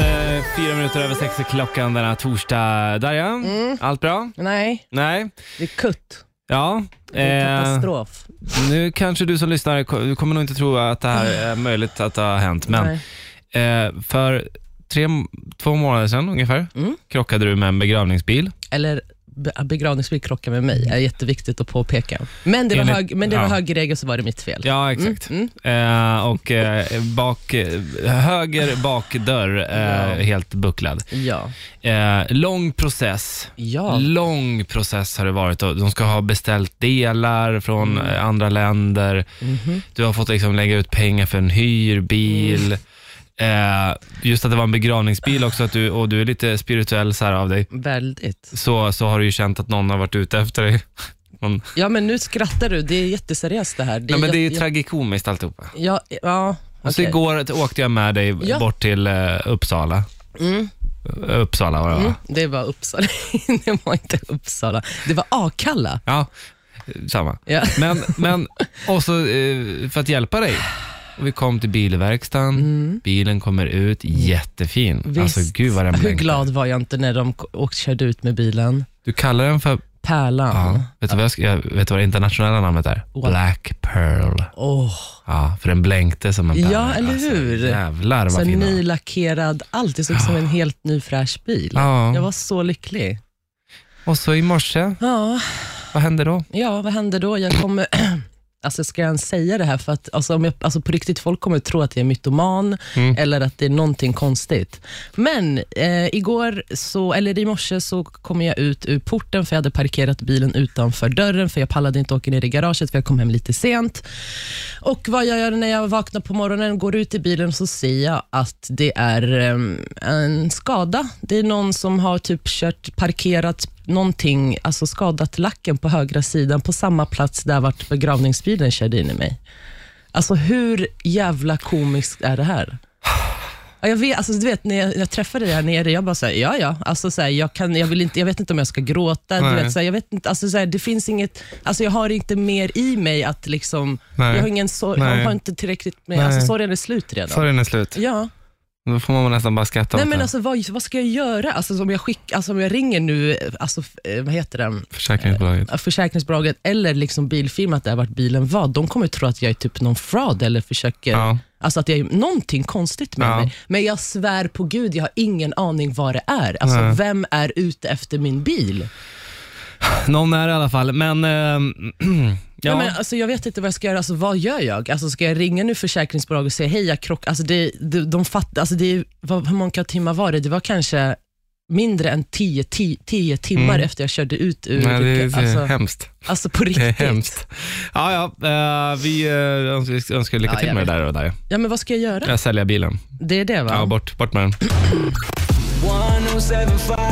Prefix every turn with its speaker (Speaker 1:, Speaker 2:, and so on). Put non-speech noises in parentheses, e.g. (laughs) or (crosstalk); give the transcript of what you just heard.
Speaker 1: eh, minuter över sex är klockan denna torsdag. Darja, allt bra?
Speaker 2: Mm. Nej,
Speaker 1: Nej?
Speaker 2: det är kutt.
Speaker 1: Ja.
Speaker 2: Det är
Speaker 1: eh,
Speaker 2: katastrof.
Speaker 1: nu kanske du som lyssnar ko- du kommer nog inte tro att det här är möjligt att det har hänt, men
Speaker 2: Nej.
Speaker 1: eh, för tre, två månader sedan ungefär
Speaker 2: Mm.
Speaker 1: krockade du med en begravningsbil.
Speaker 2: Eller be- begravningsbil krockar med mig, är jätteviktigt att påpeka. Men det var,
Speaker 1: Enligt-
Speaker 2: hög, men det var
Speaker 1: ja.
Speaker 2: högerregel så var det mitt fel. Mm,
Speaker 1: Ja, exakt. Mm. Eh, och eh, bak, eh, höger bakdörr eh,
Speaker 2: Ja.
Speaker 1: helt bucklad.
Speaker 2: Ja.
Speaker 1: Eh, lång process.
Speaker 2: ja.
Speaker 1: Lång process har det varit. och De ska ha beställt delar från
Speaker 2: Mm.
Speaker 1: eh, andra länder.
Speaker 2: Mhm.
Speaker 1: Du har fått liksom lägga ut pengar för en hyrbil.
Speaker 2: Mm.
Speaker 1: Eh, just att det var en begravningsbil också att du, och du är lite spirituell så här av dig.
Speaker 2: Väldigt.
Speaker 1: Så, så har du ju känt att någon har varit ute efter dig. Någon,
Speaker 2: Ja, men nu skrattar du. Det är jätteseriöst det här.
Speaker 1: nej, men det är ju
Speaker 2: jätte-
Speaker 1: tragikomiskt alltihopa.
Speaker 2: Ja, ja
Speaker 1: Och så
Speaker 2: okej.
Speaker 1: igår åkte jag med dig
Speaker 2: Ja.
Speaker 1: bort till eh, Uppsala. Uppsala var det va?
Speaker 2: Mm, det var Uppsala. (laughs) det var inte Uppsala. Det var Akalla.
Speaker 1: Ja, eh, samma.
Speaker 2: Ja.
Speaker 1: Men, men och så, eh, för att hjälpa dig. Och vi kom till bilverkstaden, bilen kommer ut, jättefin. Alltså
Speaker 2: Mm. Visst.
Speaker 1: gud vad den
Speaker 2: Hur
Speaker 1: blänkte.
Speaker 2: glad var jag inte när de k- och körde ut med bilen?
Speaker 1: Du kallar den för,
Speaker 2: Pärlan.
Speaker 1: ja, vet, du vad jag, ska- jag, vet du vad det internationella namnet är?
Speaker 2: What?
Speaker 1: Black Pearl.
Speaker 2: Åh,
Speaker 1: Ja, för den blänkte som en
Speaker 2: Ja,
Speaker 1: pärla. Alltså,
Speaker 2: eller hur?
Speaker 1: jävlar
Speaker 2: så
Speaker 1: vad fin den var.
Speaker 2: nylackerad. Allt. Det såg ut som en helt ny fräsch bil.
Speaker 1: Ja.
Speaker 2: Jag var så lycklig.
Speaker 1: Och så i morse,
Speaker 2: Ja,
Speaker 1: vad hände då?
Speaker 2: ja vad hände då? Jag kommer... (clears throat) Alltså ska jag ens säga det här? För att, alltså, om jag, alltså, på riktigt, folk kommer tro att jag är mytoman
Speaker 1: Mm.
Speaker 2: eller att det är någonting konstigt. Men eh, igår, så, eller i morse, så kom jag ut ur porten för jag hade parkerat bilen utanför dörren för jag pallade inte åka ner i garaget för jag kom hem lite sent. Och vad jag gör när jag vaknar på morgonen, går ut i bilen så ser jag att det är em, en skada. Det är någon som har typ kört, parkerat någonting, alltså skadat lacken på högra sidan på samma plats där vart begravningsbilen körde in i mig. Alltså hur jävla komiskt är det här? Ja, Jag vet, alltså, du vet, när jag, när jag träffade dig här nere, jag bara såhär, ja ja, alltså, så här, jag, kan, jag, vill inte, jag vet inte om jag ska gråta. Du
Speaker 1: Nej.
Speaker 2: vet, så här, jag, vet inte, alltså, så här, det finns inget, alltså, jag har inte mer i mig att liksom,
Speaker 1: Nej.
Speaker 2: jag har ingen sorg,
Speaker 1: Nej.
Speaker 2: jag har inte tillräckligt med,
Speaker 1: Nej.
Speaker 2: alltså, sorgen är slut redan.
Speaker 1: Sorgen är slut.
Speaker 2: Ja.
Speaker 1: Då får man nästan bara skratta
Speaker 2: Nej
Speaker 1: åt
Speaker 2: men
Speaker 1: det.
Speaker 2: alltså vad, vad ska jag göra? Alltså om jag, skick, alltså, om jag ringer nu, alltså, f- eh, vad heter det?
Speaker 1: Försäkringsbolaget.
Speaker 2: försäkringsbolaget eller liksom bilfirman där vart bilen var, de kommer tro att jag är typ någon fraud eller försöker,
Speaker 1: Ja.
Speaker 2: alltså att jag är någonting konstigt med
Speaker 1: Ja.
Speaker 2: mig. Men jag svär på gud, jag har ingen aning vad det är. Alltså
Speaker 1: Nej.
Speaker 2: vem är ute efter min bil?
Speaker 1: Någon är det i alla fall, men... ehm, (clears throat) ja.
Speaker 2: Ja. Men, alltså, jag vet inte vad jag ska göra, alltså, vad gör jag? Alltså, ska jag ringa nu försäkringsbolaget och säga hej jag krockade? Alltså, det, det, de fatt, alltså, det, är- vad, hur många timmar var det? Det var kanske mindre än tio, ti- tio timmar
Speaker 1: Mm.
Speaker 2: efter jag körde ut ur...
Speaker 1: Nej, det är, det är
Speaker 2: alltså,
Speaker 1: hemskt.
Speaker 2: alltså på riktigt.
Speaker 1: Det är Eh, hemskt. Ja, ja, eh, vi eh, öns- önskar lycka
Speaker 2: Ja,
Speaker 1: till
Speaker 2: jag
Speaker 1: med det
Speaker 2: vet.
Speaker 1: där. Och där.
Speaker 2: Ja, men vad ska jag göra?
Speaker 1: Jag säljer bilen.
Speaker 2: Det är det va?
Speaker 1: Ja, bort, bort med den.
Speaker 3: 1075